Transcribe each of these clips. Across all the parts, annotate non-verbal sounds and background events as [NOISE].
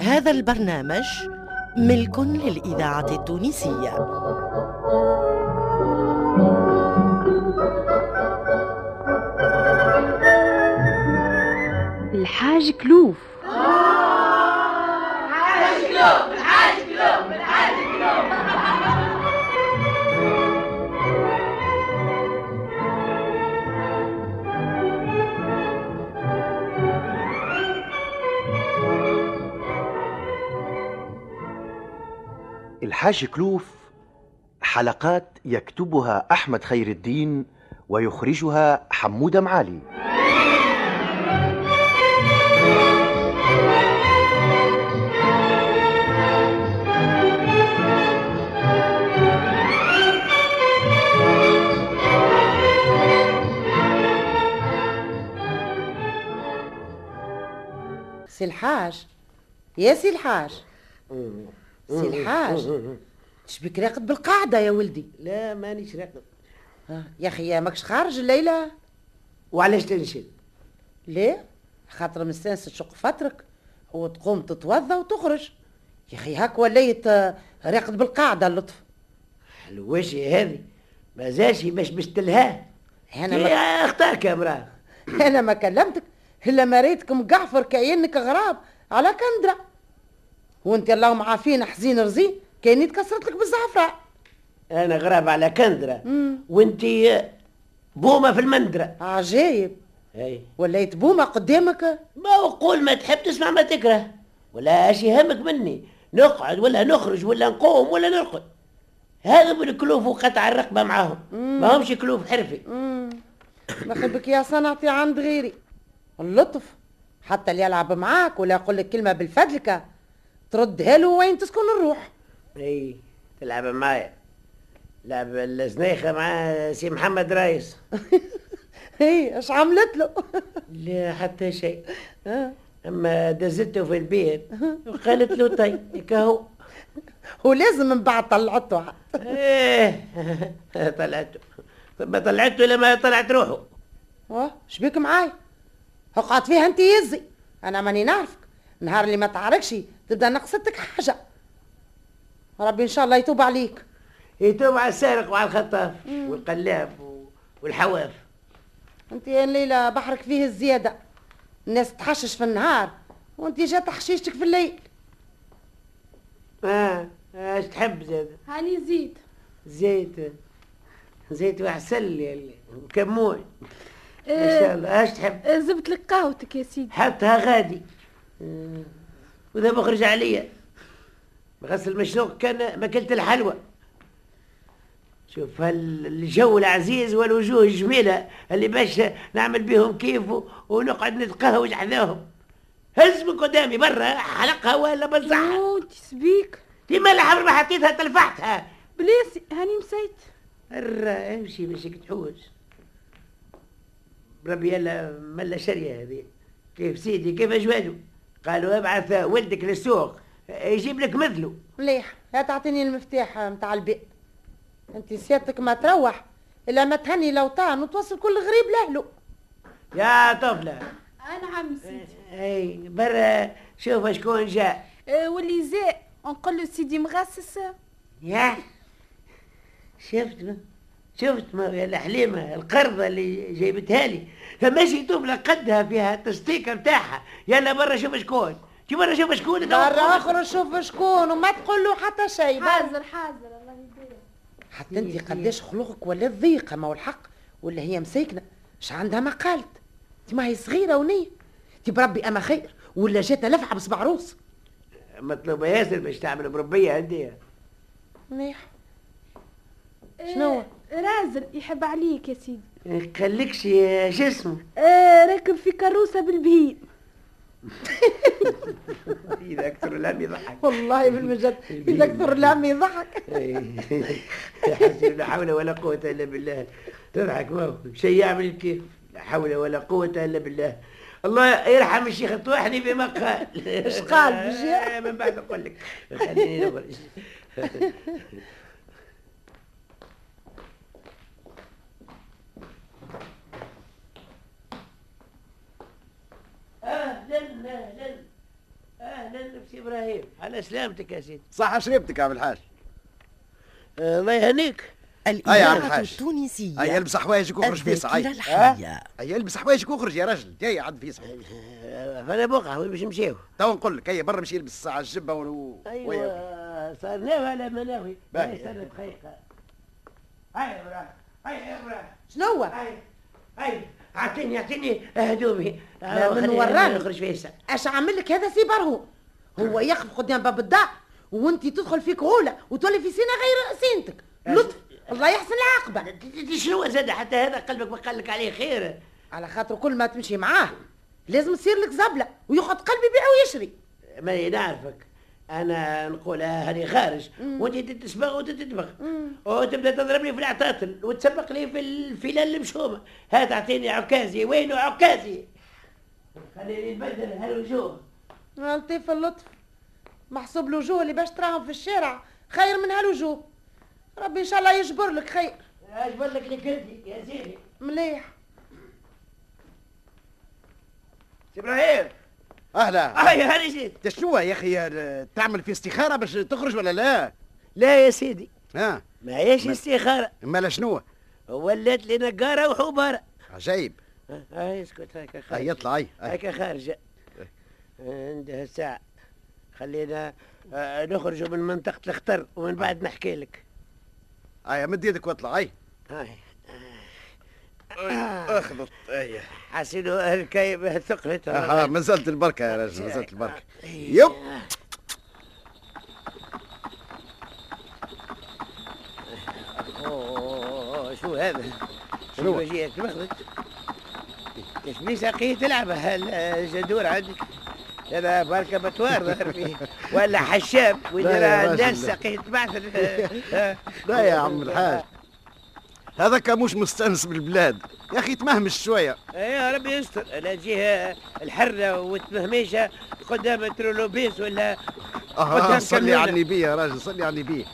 هذا البرنامج ملك للإذاعة التونسية الحاج كلوف الحاج كلوف حلقات يكتبها أحمد خير الدين ويخرجها حمود معالي سي الحاج يا سي الحاج سي الحاج شبيك راقد بالقاعدة يا ولدي لا مانيش راقد آه، يا أخي يا ماكش خارج الليلة وعلاش تنشد ليه خاطر مستانس تشق فترك وتقوم تتوضى وتخرج يا أخي هاك وليت آه، راقد بالقاعدة اللطف الوجه هذه مازالشي باش مستلهاه أنا يا ما اختك يا امراه [LAUGHS] أنا ما كلمتك إلا ما ريتك مقعفر كأنك غراب على كندرة وانت اللهم عافين حزين رزين كأني تكسرت لك بالزعفراء انا غراب على كندره وانت بومه في المندره عجايب اي وليت بومة قدامك ما قول ما تحب تسمع ما تكره ولا اش يهمك مني نقعد ولا نخرج ولا نقوم ولا نرقد هذا من الكلوف وقطع الرقبه معاهم ما همش كلوف حرفي ما خبك يا صنعتي عند غيري اللطف حتى اللي يلعب معاك ولا يقول لك كلمه بالفدلكه تردها له وين تسكن الروح [LAUGHS] اي تلعب معايا لعب الزنيخه مع سي محمد رايس هي اش إيه، عملت له [LAUGHS] لا حتى شيء آه. اما دزته في البيت وقالت له طيب كهو ولازم من بعد طلعته عاد. ايه [LAUGHS] طلعته ما طلعته لما طلعت روحه واه شبيك معايا اقعد فيها انت يزي انا ماني نعرفك نهار اللي ما تعرفش تبدا نقصتك حاجه ربي ان شاء الله يتوب عليك يتوب على السارق وعلى الخطاف والقلاب و- والحواف انت يا ليلى بحرك فيه الزياده الناس تحشش في النهار وانت جات تحشيشتك في الليل اه اش تحب زيت هاني زيد زيت زيت وعسل يا اللي- وكمون ان إيه. شاء آه، الله اش تحب آه، زبت لك قهوتك يا سيدي حطها غادي وذا بخرج عليا بغسل المشروق كان ماكلت الحلوى شوف هال- الجو العزيز والوجوه الجميلة اللي باش نعمل بيهم كيف و- ونقعد نتقهوج حذاهم هز من قدامي برا حلقها ولا بنزعها موت سبيك ديما الحمر ما حطيتها تلفحتها بلاسي هاني مسيت الرا امشي مشيك تحوس ربي يلا ملا شريه هذه كيف سيدي كيف اجواله قالوا ابعث ولدك للسوق يجيب لك مثله مليح لا تعطيني المفتاح متاع البيت انت سيادتك ما تروح الا ما تهني لوطان وتوصل كل غريب لاهله يا طفله انا عم سيدي اي برا شوف شكون جاء آه، واللي زاء نقول له سيدي مغسس يا شفت ما شفت ما يا الحليمة القرضة اللي جايبتها لي ماشي طفلة قدها فيها التسطيكة بتاعها يلا برا شوف شكون شي برا شوف شكون برا اخرج شوف شكون وما تقول له حتى شيء برا. حاضر حاضر الله يبارك حتى انت قداش خلقك ولا ضيقه ما هو الحق ولا هي مساكنه ش عندها ما قالت انت ما هي صغيره ونيه انت بربي اما خير ولا جاتها لفعه بصبع روس مطلوبة ياسر باش تعمل مربية عندي مليح آه، شنو؟ رازل يحب عليك يا سيدي خليكش يا شو [LAUGHS] اسمه آه، راكب في كروسه بالبهيم اذا اكثر الهم يضحك والله بالمجد اذا كثر الهم يضحك إيه. يا حسن لا حول ولا قوة الا بالله تضحك ما هو شيء يعمل كيف لا حول ولا قوة الا بالله الله يرحم الشيخ الطواحني بما قال ايش قال بالجاه؟ من بعد نقول لك إيه، خليني نخرج اهلا اهلا اهلا سي ابراهيم على سلامتك يا سيدي صح شريبتك يا عم الحاج آه، الله يهنيك عم الإذاعة الحاج. التونسية هيا البس حوايجك واخرج فيسع الذاكرة هيا الحية هيا البس حوايجك واخرج يا رجل جاي عند فيسع آه، فانا بقع وين باش نمشيو تو نقول لك هيا برا مشي يلبس الساعه الجبه و... ويا- ايوه صرنا ولا ما ناوي باهي. استنى دقيقه هيا ابراهيم هيا ابراهيم شنو هو؟ هيا هيا اعطيني اعطيني أه، هدومي لا، من خليني وراك. نخرج فيسع اش عامل لك هذا سي برهو هو يقف قدام باب الدار وانت تدخل في كهوله وتولي في سينه غير سينتك لطف الله يحسن العاقبه شنو زاد حتى هذا قلبك ما قال لك عليه خير على خاطر كل ما تمشي معاه لازم تصير لك زبله وياخذ قلبي يبيع ويشري ماني نعرفك انا نقول آه هاني خارج وانت تسبغ وتتدبغ وتبدا تضربني في العطاطل وتسبق لي في الفلال المشومه ها تعطيني عكازي وينو عكازي خليني نبدل هالوجوه لطيف اللطف محسوب الوجوه اللي باش تراهم في الشارع خير من هالوجوه ربي ان شاء الله يجبر لك خير اجبر لك نكرتي يا زيني مليح سي ابراهيم اهلا هاي آه هاني جيت انت شنو يا اخي آه، تعمل في استخاره باش تخرج ولا لا؟ لا يا سيدي ها ما هيش استخاره مالا شنو؟ ولات لي نقاره وحباره عجيب ها- هاي اسكت هاك خارج هيا اطلع هيا هاي. هاك خارجة عندها ساعة خلينا آه، نخرجوا من منطقة الخطر ومن بعد آه. نحكي لك هيا مد يدك واطلع هيا هاي اخبط هيا حسينو الكيبة ثقلتها اها ما زلت البركه يا رجل ما [LAUGHS] زلت البركه إيه. يب أوه، شو هذا؟ شنو؟ شنو وجهك تبخلت؟ تشبيه ساقيه تلعب هالجدور عندك هذا بركة بتوار ظهر فيه [LAUGHS] ولا حشاب لا يا ولا راجل. ناس ساقيه تبعثر [LAUGHS] آه، لا يا عم الحاج هذاك مش مستانس بالبلاد يا اخي تمهمش شويه يا ربي يستر انا جهه الحره والتمهميشه قدام الترولوبيس ولا اه قدام صلي كاميونة. على النبي يا راجل صلي على النبي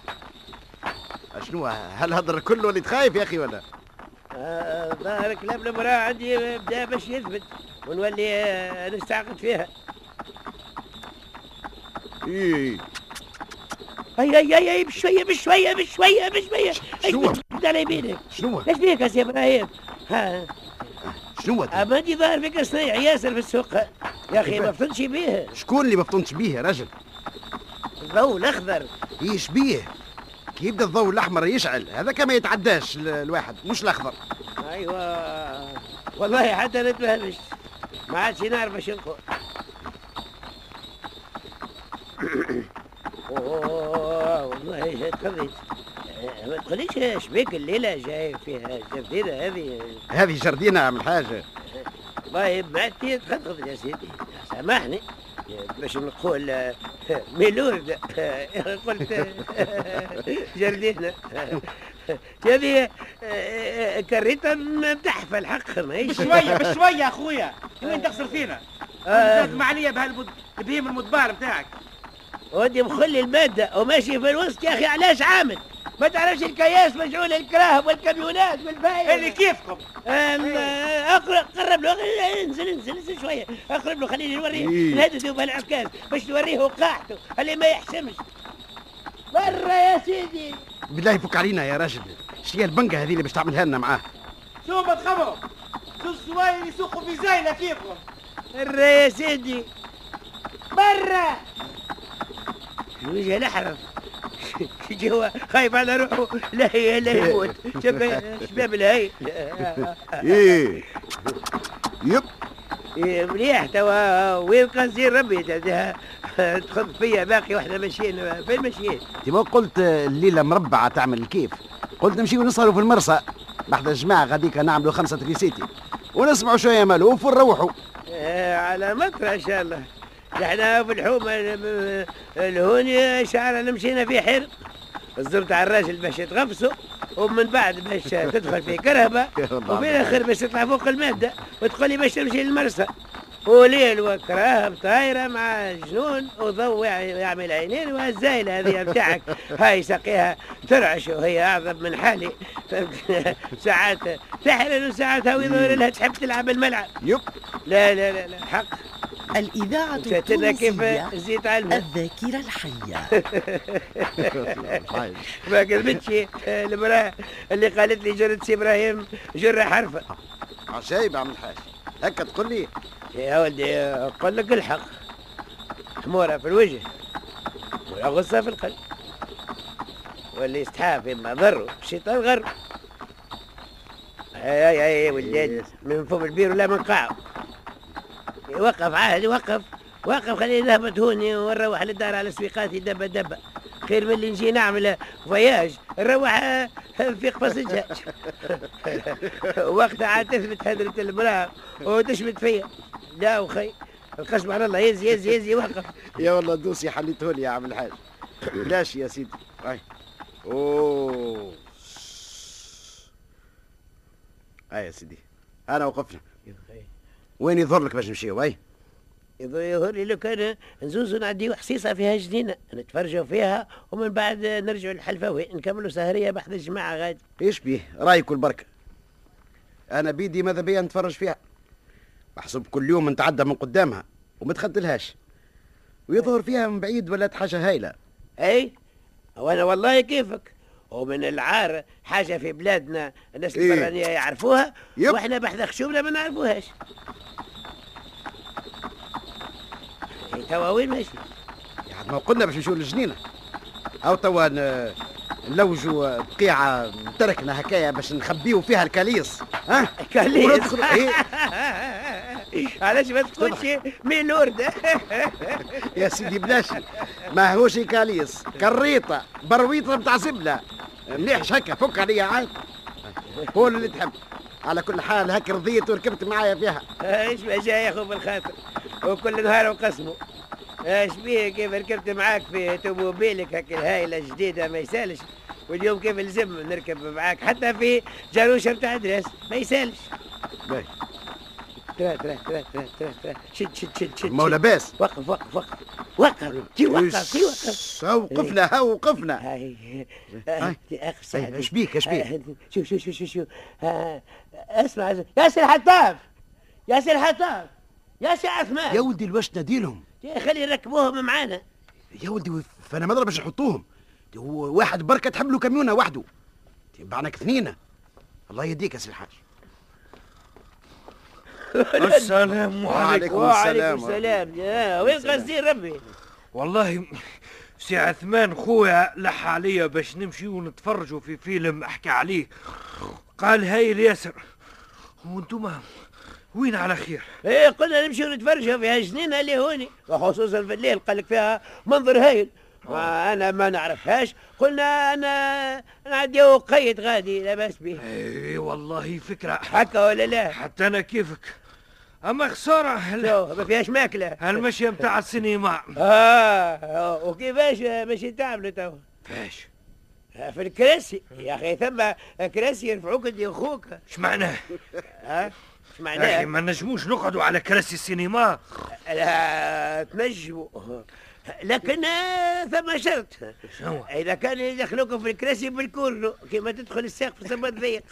[COUGHS] شنو هل هضر كله اللي تخايف يا اخي ولا آه، ظاهر كلام المراه عندي بدا باش يثبت ونولي آه، نستعقد فيها اي اي اي اي, أي بشويه بشويه بشويه بشويه ايش شنو؟ بتبدا على يمينك شنو ايش بيك يا سي ابراهيم ها شنو هذا؟ اما انت ظاهر فيك صنيع ياسر في السوق يا اخي ما فطنتش بيه شكون اللي ما فطنتش بيه يا راجل الضوء الاخضر ايش بيه كي يبدا الضوء الاحمر يشعل هذاك ما يتعداش ال- الواحد مش الاخضر ايوه والله حتى انا تبهمشت ما عادش نعرف اش نقول أوه، والله تخضيت أه، ما تقوليش اش بيك الليله جاي فيها الجرديره هذه هذه جردينه يا عم الحاج والله بعتي تخضخض يا سيدي سامحني باش نقول آه، ميلورد آه، [LAUGHS] قلت [LAUGHS] آه، جردينه هذه آه، كريتها م- تحفى الحق ماهيش بشويه بشويه اخويا وين تخسر فينا آه. زاد ما عليا بهالبهيم المدبار بتاعك ودي مخلي المادة وماشي في الوسط يا أخي علاش عامل؟ ما تعرفش الكياس مشغول الكراهب والكاميونات والبايع اللي كيفكم أم- اقرب قرب له أه، انزل انزل انزل شوية اقرب له خليني نوريه إيه. نهدده بهالعكاز باش نوريه وقاعته اللي ما يحشمش برا يا سيدي بالله يفك علينا يا راجل شنو هي البنقه هذه اللي باش تعملها لنا معاه شو ما تخمروا زوز سوايل يسوقوا في زايله كيفكم برا يا سيدي برا وجه نحرف جوا خايف على روحه لا هي لا يموت شباب شباب الهي ايه يب إيه، مليح توا وين قصدي ربي تدها تخب فيا باقي واحنا ماشيين فين ماشيين؟ كيما قلت الليله مربعه تعمل الكيف قلت نمشيو نسهروا في المرسى بعد الجماعه غاديك نعملوا خمسه ريسيتي ونسمعوا شويه مالوف ونروحوا آه، على مطرة ان شاء الله احنا في الحومة الهوني شعرنا مشينا في حرب الزبط على الراجل باش يتغفصوا ومن بعد باش تدخل في كرهبة والله وفي عبد. الاخر باش تطلع فوق المادة وتقول لي باش تمشي للمرسى وليل وكراهب طايرة مع جنون وضوء يعمل عينين والزايلة هذه بتاعك هاي ساقيها ترعش وهي أعظم من حالي [LAUGHS] ساعات تحلل وساعات هاوي ظهر لها تحب تلعب الملعب يب لا لا لا لا حق الإذاعة شاتنا كيف التونسية زيت علمها الذاكرة الحية طيب. ما كذبتش آه، المراه اللي قالت لي جرة سي ابراهيم جرة حرفة عشايب عم الحاج هكا تقول لي يا ولدي آه، قل لك الحق حمورة في الوجه ولا غصة في القلب واللي يستحاب اما ضره الشيطان غره اي اي اي يا إيه. ولدان من فوق البير ولا من قاعه وقف عهد وقف وقف خليني نهبط هوني ونروح للدار على سويقاتي دبة دبة خير من اللي نجي نعمل فياج نروح آه، في قفص الدجاج وقتها عاد تثبت هدرة المرأة وتشمت فيا لا وخي القسم على الله يزي يزي يزي وقف يا والله دوسي حليته لي يا عم الحاج بلاش يا سيدي أي. اوه اي يا سيدي انا وقفنا وين يظهر لك باش نمشيو اي يظهر لي لو كان نزوزو نعديو حصيصة فيها جنينة نتفرجوا فيها ومن بعد نرجعوا للحلفاوي نكملوا سهرية بعد الجماعة غادي ايش بيه رايك والبركه انا بيدي ماذا بيا نتفرج فيها محسوب كل يوم نتعدى من قدامها وما تخدلهاش ويظهر فيها من بعيد ولات حاجه هايله أي وأنا والله كيفك ومن العار حاجة في بلادنا الناس إيه. البرانية يعرفوها يب. واحنا بحذا خشومنا ما نعرفوهاش إيه، توا وين ماشي؟ يعني ما قلنا باش نمشيو للجنينه او توا ن- نلوجوا بقيعه تركنا هكايا باش نخبيو فيها الكاليس ها إيه. كاليس. وندخلوا- إيه، [LAUGHS] علاش ما تقولش مين لورد يا سيدي بلاش ما هوش كاليس كريطه برويطه بتاع زبله مليحش هكا فك عليا عاد قول اللي تحب على كل حال هك رضيت وركبت معايا فيها ايش ما جاي اخو بالخاطر وكل نهار وقسمه ايش بيه كيف ركبت معاك في توموبيلك هك الهايله الجديده ما يسالش واليوم كيف لزم نركب معاك حتى في جاروشه بتاع دريس ما يسالش باهي. ترى ترى ترى ترى ترى ترى شد شد شد شد ما هو شد. لاباس وقف وقف وقف وقف كي وقف كي وقف إيش، هاو وقفنا هاو وقفنا هاي هاي. اخ هاي، إيش بيك، إيش بيك؟ شوف شوف شوف شوف شوف آه، اسمع اسمع. ياسر الحطاب ياسر الحطاب ياسر عثمان ولدي الواش ناديلهم يا خلي يركبوهم معانا يا ولدي فانا مضرب باش نحطوهم هو واحد بركه تحملوا له كاميونه وحده تبعنك اثنين الله يهديك يا سي [LAUGHS] الحاج السلام وعليكم عليكم السلام. وعليكم السلام يا وين قصدي ربي والله م- سي عثمان خويا لح عليا باش نمشي ونتفرجوا في فيلم احكي عليه قال هايل ياسر وانتم وين على خير ايه قلنا نمشي نتفرجوا في هالجنينه اللي هوني وخصوصا في الليل قال لك فيها منظر هايل ما انا ما نعرفهاش قلنا انا نعديو قيد غادي لا باس به اي إيه، والله فكره هكا ولا لا حتى انا كيفك اما خساره هال- شو، ما فيهاش ماكله هالمشي متاع السينما اه وكيفاش ماشي تعملوا توا فاش في الكراسي يا اخي ثم كراسي يرفعوك انت اخوك اش معناه ها يا اخي اش معناها ما نجموش نقعدوا على كراسي السينما لا تنجموا لكن آه، ثم شرط شنو؟ اذا كان يدخلوكم في الكراسي بالكورنو كيما تدخل الساق في سما ضيق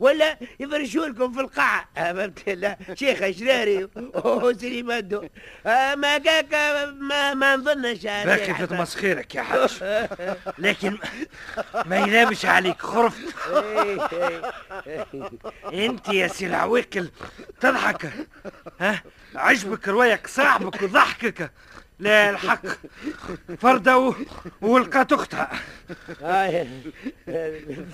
ولا يفرشوا لكم في القاعة آه، فهمت لا شيخ شراري وسليمادو آه، ما كاك ما ما نظنش آه، باكي في تمسخيرك يا حاج لكن ما يلامش عليك خرفت إيه، انت يا سي العواكل تضحك ها عجبك روايك صاحبك وضحكك لا الحق فردة و... ولقات اختها آه،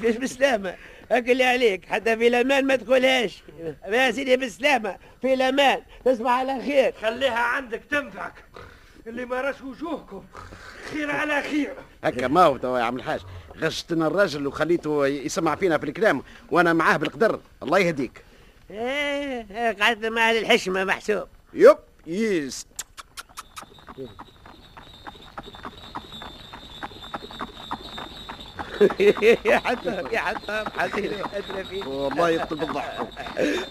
فيش بالسلامة أكل عليك حتى في الأمان ما تقولهاش يا سيدي بالسلامة في الأمان تصبح على خير خليها عندك تنفعك اللي ما راش وجوهكم خير على خير هكا ما هو توا يا عم الحاج غشتنا الراجل وخليته يسمع فينا في الكلام وانا معاه بالقدر الله يهديك إيه، إيه، قعدت مع أهل الحشمة محسوب يب يس [LAUGHS] يا حطام يا حطام حطيني أدرى فيه والله يطلب الضحك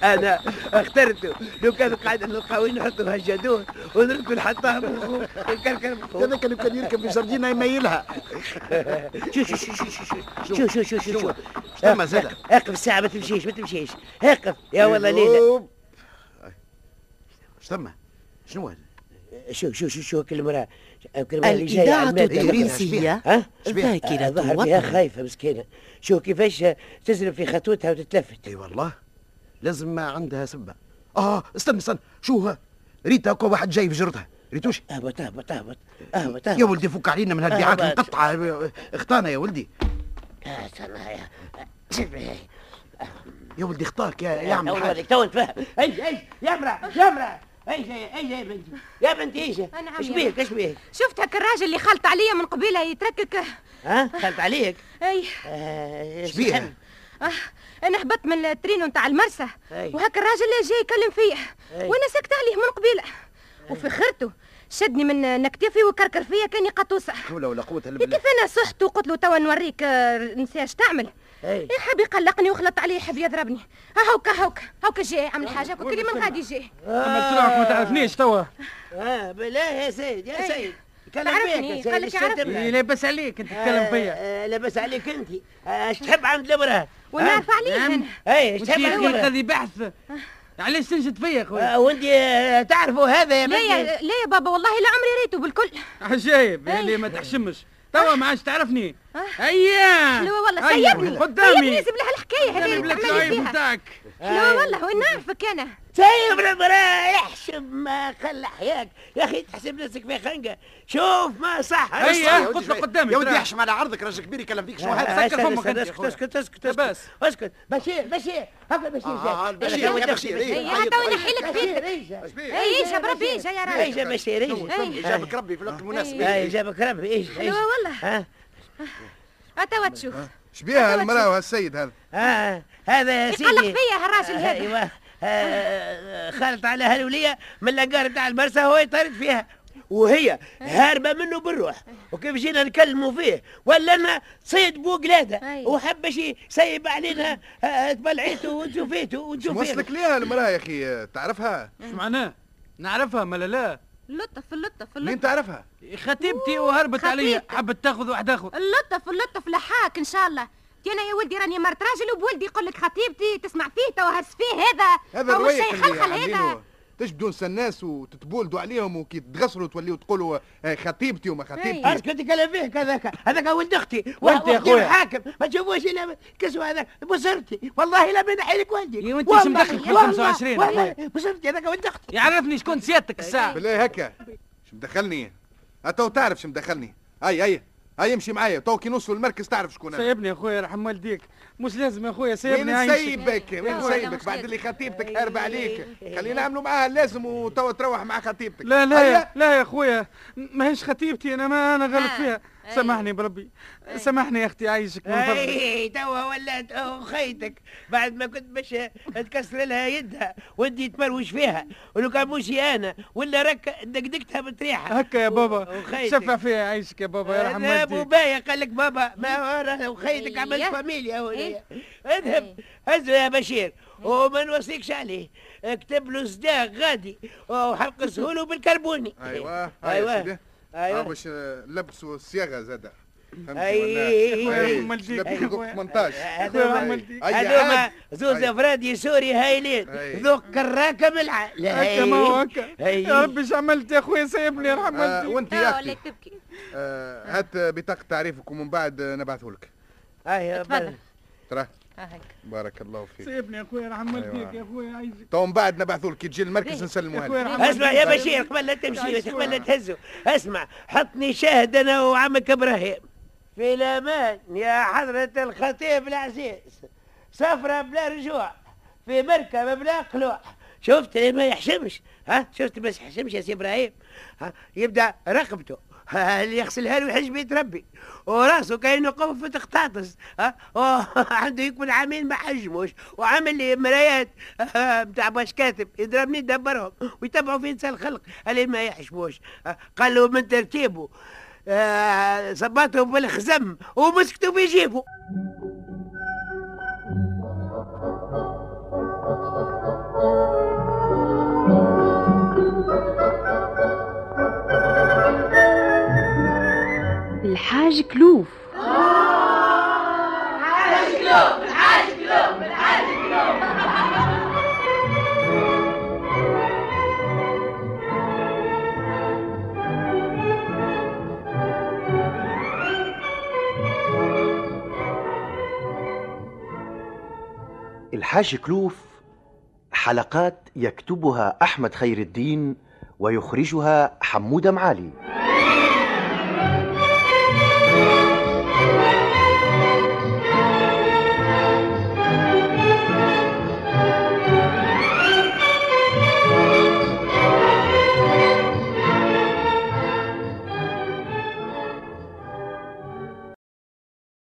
أنا اخترته لو كان قاعد نلقاوين نحطوا هالجدون ونركب الحطام بالخوف الكركر [LAUGHS] بالخوف هذا كان كان يركب في جردينه يميلها شو شو شو شو شو شو شو شو شو شو شو شتم زاد؟ اقف- اقف الساعة ما تمشيش ما تمشيش أيوه. اقف يا والله ليلى يوب. ايش ثم شنو هذا شو شو شو شو كلمة كلمة اللي جاية الإذاعة على المادة اللي كنا- التونسية ها؟ ذاكرة ظهر فيها وطن خايفة مسكينة شو كيفاش تزرب في خطوتها وتتلفت اي والله لازم عندها سبه اه استنى استنى شو ها ريت هكا واحد جاي في جرتها ريتوش اهبط اهبط اهبط اهبط يا اهبط ولدي فك علينا من هالبيعات آه، بعد. المقطعه اختانا يا ولدي آه، ترى يا- شبه. يا ولدي اختارك يا يا عم أول الحاج ولد، تو نتفهم ايش ايش يا امرأة يا امرأة ايش ايش يا بنتي يا بنتي ايش نعم ايش يا بيك ايش بيك شفت هك الراجل اللي خلط عليا من قبيله يتركك ها خلت عليك اي آه، إيش بيها؟ سخن. آه انا هبطت من الترينو نتاع المرسى أي. وهك الراجل اللي جاي يكلم فيه أي. وانا سكت عليه من قبيله وفي خرته شدني من نكتفي وكركر فيا كاني قطوسه حول ولا قوه الا يا بالله كيف انا صحت وقلت له توا نوريك آه، نسى اش تعمل أي. إيه حب يقلقني وخلط عليه يحب يضربني هاوك هاوك هاوك جاي عمل حاجه كل اللي من غادي جاي عملت روحك ما تعرفنيش توا اه بالله آه، يا سيد يا أي. سيد كلام تعرفني، بيك يا قال لك سيد إيش يعرفني. تدبر؟ لاباس عليك انت إيه، تتكلم بيا آه، آه، لاباس عليك انت آه، اش تحب عند المرأة ونعرف عليه انا اي اش وانت تحب عند المرأة قضي بحث آه. علاش تنجد فيا خويا آه، وانت آه، تعرفوا هذا يا لا بنتي يا لا يا بابا والله لا عمري ريته بالكل عجايب إيه. يعني ما تحشمش توا ما عادش تعرفني ايا حلوة آه. والله أيا، سيبني قدامي سيبني بلها الحكايه هذه قدامي اللي بلا تعملي تعايب فيها نتاعك حلوة والله وين نعرفك انا سيب المرأة يحشم ما خلى حياك يا اخي تحسب نفسك في خنقه شوف ما صح هيا. يا ولدي قلت له شوي. قدامي يا ولدي ترى. يحشم على عرضك راجل كبير يكلم فيك شو آه، هذا آه، سكر استنى، فمك استنى، أنت يا اسكت خويا. اسكت اسكت اسكت لاباس. اسكت بشير بشير هكا بشير آه، آه، جاي. البشير، يلا، يا هيا دخل بشير. بشير، إيه. حتى وين نحيلك فيك بشير إيجا. اي ايجا بربي ايجا يا راجل إيجا بشير إيجا. أي. جابك ربي في الوقت المناسب اي جابك ربي ايش ايش حلوة والله ها اتوا تشوف شبيها إيه. المراه وهالسيد هذا ها هذا يا يقلق سيدي فيا هالراجل آه، هذا ايوه آه، خالط على هالولية من الانقار بتاع المرسى هو يطرد فيها وهي هاربه منه بالروح وكيف جينا نكلموا فيه ولا انا صيد بو قلاده أي. وحب شي سيب علينا آه، تبلعيته وتشوفيته وتشوفيه وصلك ليها المراه يا اخي تعرفها إيه. شو معناه نعرفها ما لا لا اللطف اللطف مين اللطف تعرفها خطيبتي وهربت عليا خطيبتك. حبت تاخذ واحد اخر اللطف اللطف لحاك ان شاء الله انت انا يا ولدي راني مرت راجل وبولدي يقول لك خطيبتي تسمع فيه تو هرس فيه هذا هذا تو الرويق الشيء اللي خلخل هذا إيه. عاملينه تجدوا نسى الناس وتتبولدوا عليهم وكي تغسلوا توليوا تقولوا آه، خطيبتي وما إيه؟ خطيبتي اسكت يتكلم فيك هذاك هذاك ولد اختي وأنت يا وأختي أخويا؟ الحاكم ما تشوفوش الا كسوه هذاك بصرتي والله لا بنحي لك والدك إيه، وأنت إيش والله- مدخل في والله- 25 والله بصرتي هذاك ولد اختي يعرفني شكون سيادتك الساعه بالله هكا شو مدخلني تو تعرف شو مدخلني هاي هاي هاي امشي معايا تو كي نوصلوا المركز تعرف شكون انا سيبني يا خويا يرحم والديك مش لازم يا خويا وين سيبني عايش نسيبك وين لا، ولا نسيبك مش إيه. بعد لازم. اللي خطيبتك هرب عليك خلينا نعملوا معاها اللازم وتوا تروح مع خطيبتك لا لا هيا. يا لا يا خويا ماهيش خطيبتي انا ما انا غلط آه، فيها أي. سامحني بربي سامحني يا اختي عايشك من فضلك اي إيه، توا ولات أو خيتك بعد ما كنت باش تكسر لها يدها ودي تمروش فيها ولو كان موشي انا ولا رك دقدقتها بتريحه هكا يا و- بابا وخيتك. شفع فيها عايشك يا بابا يرحم انا ابو والديك بايا قال لك بابا ما هو انا وخيتك عملت إيه. فاميليا هو إيه. اذهب هزه يا بشير وما نوصيكش عليه اكتب له صداق غادي وحقسه له بالكربوني ايوه أيوة. أيوة، ايوه ايوه ايوه باش آه، لبسوا الصياغه زاده أي- أيوة. إيه، أي- أي- أي- آه، 18 خويا هذوما عملتي. أيوة. هذوما زوز أي. افرادي سوري هايلين أي. ذوق كراكه ملعه هكا ما هو هكا أي. يا ربي ايش عملت يا خويا سيبني يرحم آه، والديك وانت يا اختي تبكي آه، هات بطاقه تعريفك ومن بعد نبعثه لك أي، تفضل. ترى هاك. بارك الله فيك سيبني يا خويا يرحم والديك أيوة. يا خويا عايشك تو من بعد نبعثه لك كي تجي المركز باهي. يا نسلموها خويا لك يرحم اسمع يا والديك. بشير قبل لا تمشي عايشك. قبل لا تهزه اسمع حطني شاهد انا وعمك ابراهيم في الامان يا حضرة الخطيب العزيز سفرة بلا رجوع في مركب بلا قلوع شفت ليه ما يحشمش ها شفت بس يحشمش يا سي ابراهيم ها يبدا رقبته ها، اللي يغسلها له يحج بيت ربي وراسه كانه قنفة قطاطس ها أوه، [LAUGHS] عنده يكمل عامين ما حجموش وعامل لي مرايات آه، بتاع باش كاتب يضربني يدبرهم ويتبعوا في انسان الخلق اللي ما يحشموش آه، قال له من ترتيبه آه، صباتهم بالخزم ومسكتوا بيجيبوا الحاج كلوف الحاج كلوف حلقات يكتبها أحمد خير الدين ويخرجها حمودة معالي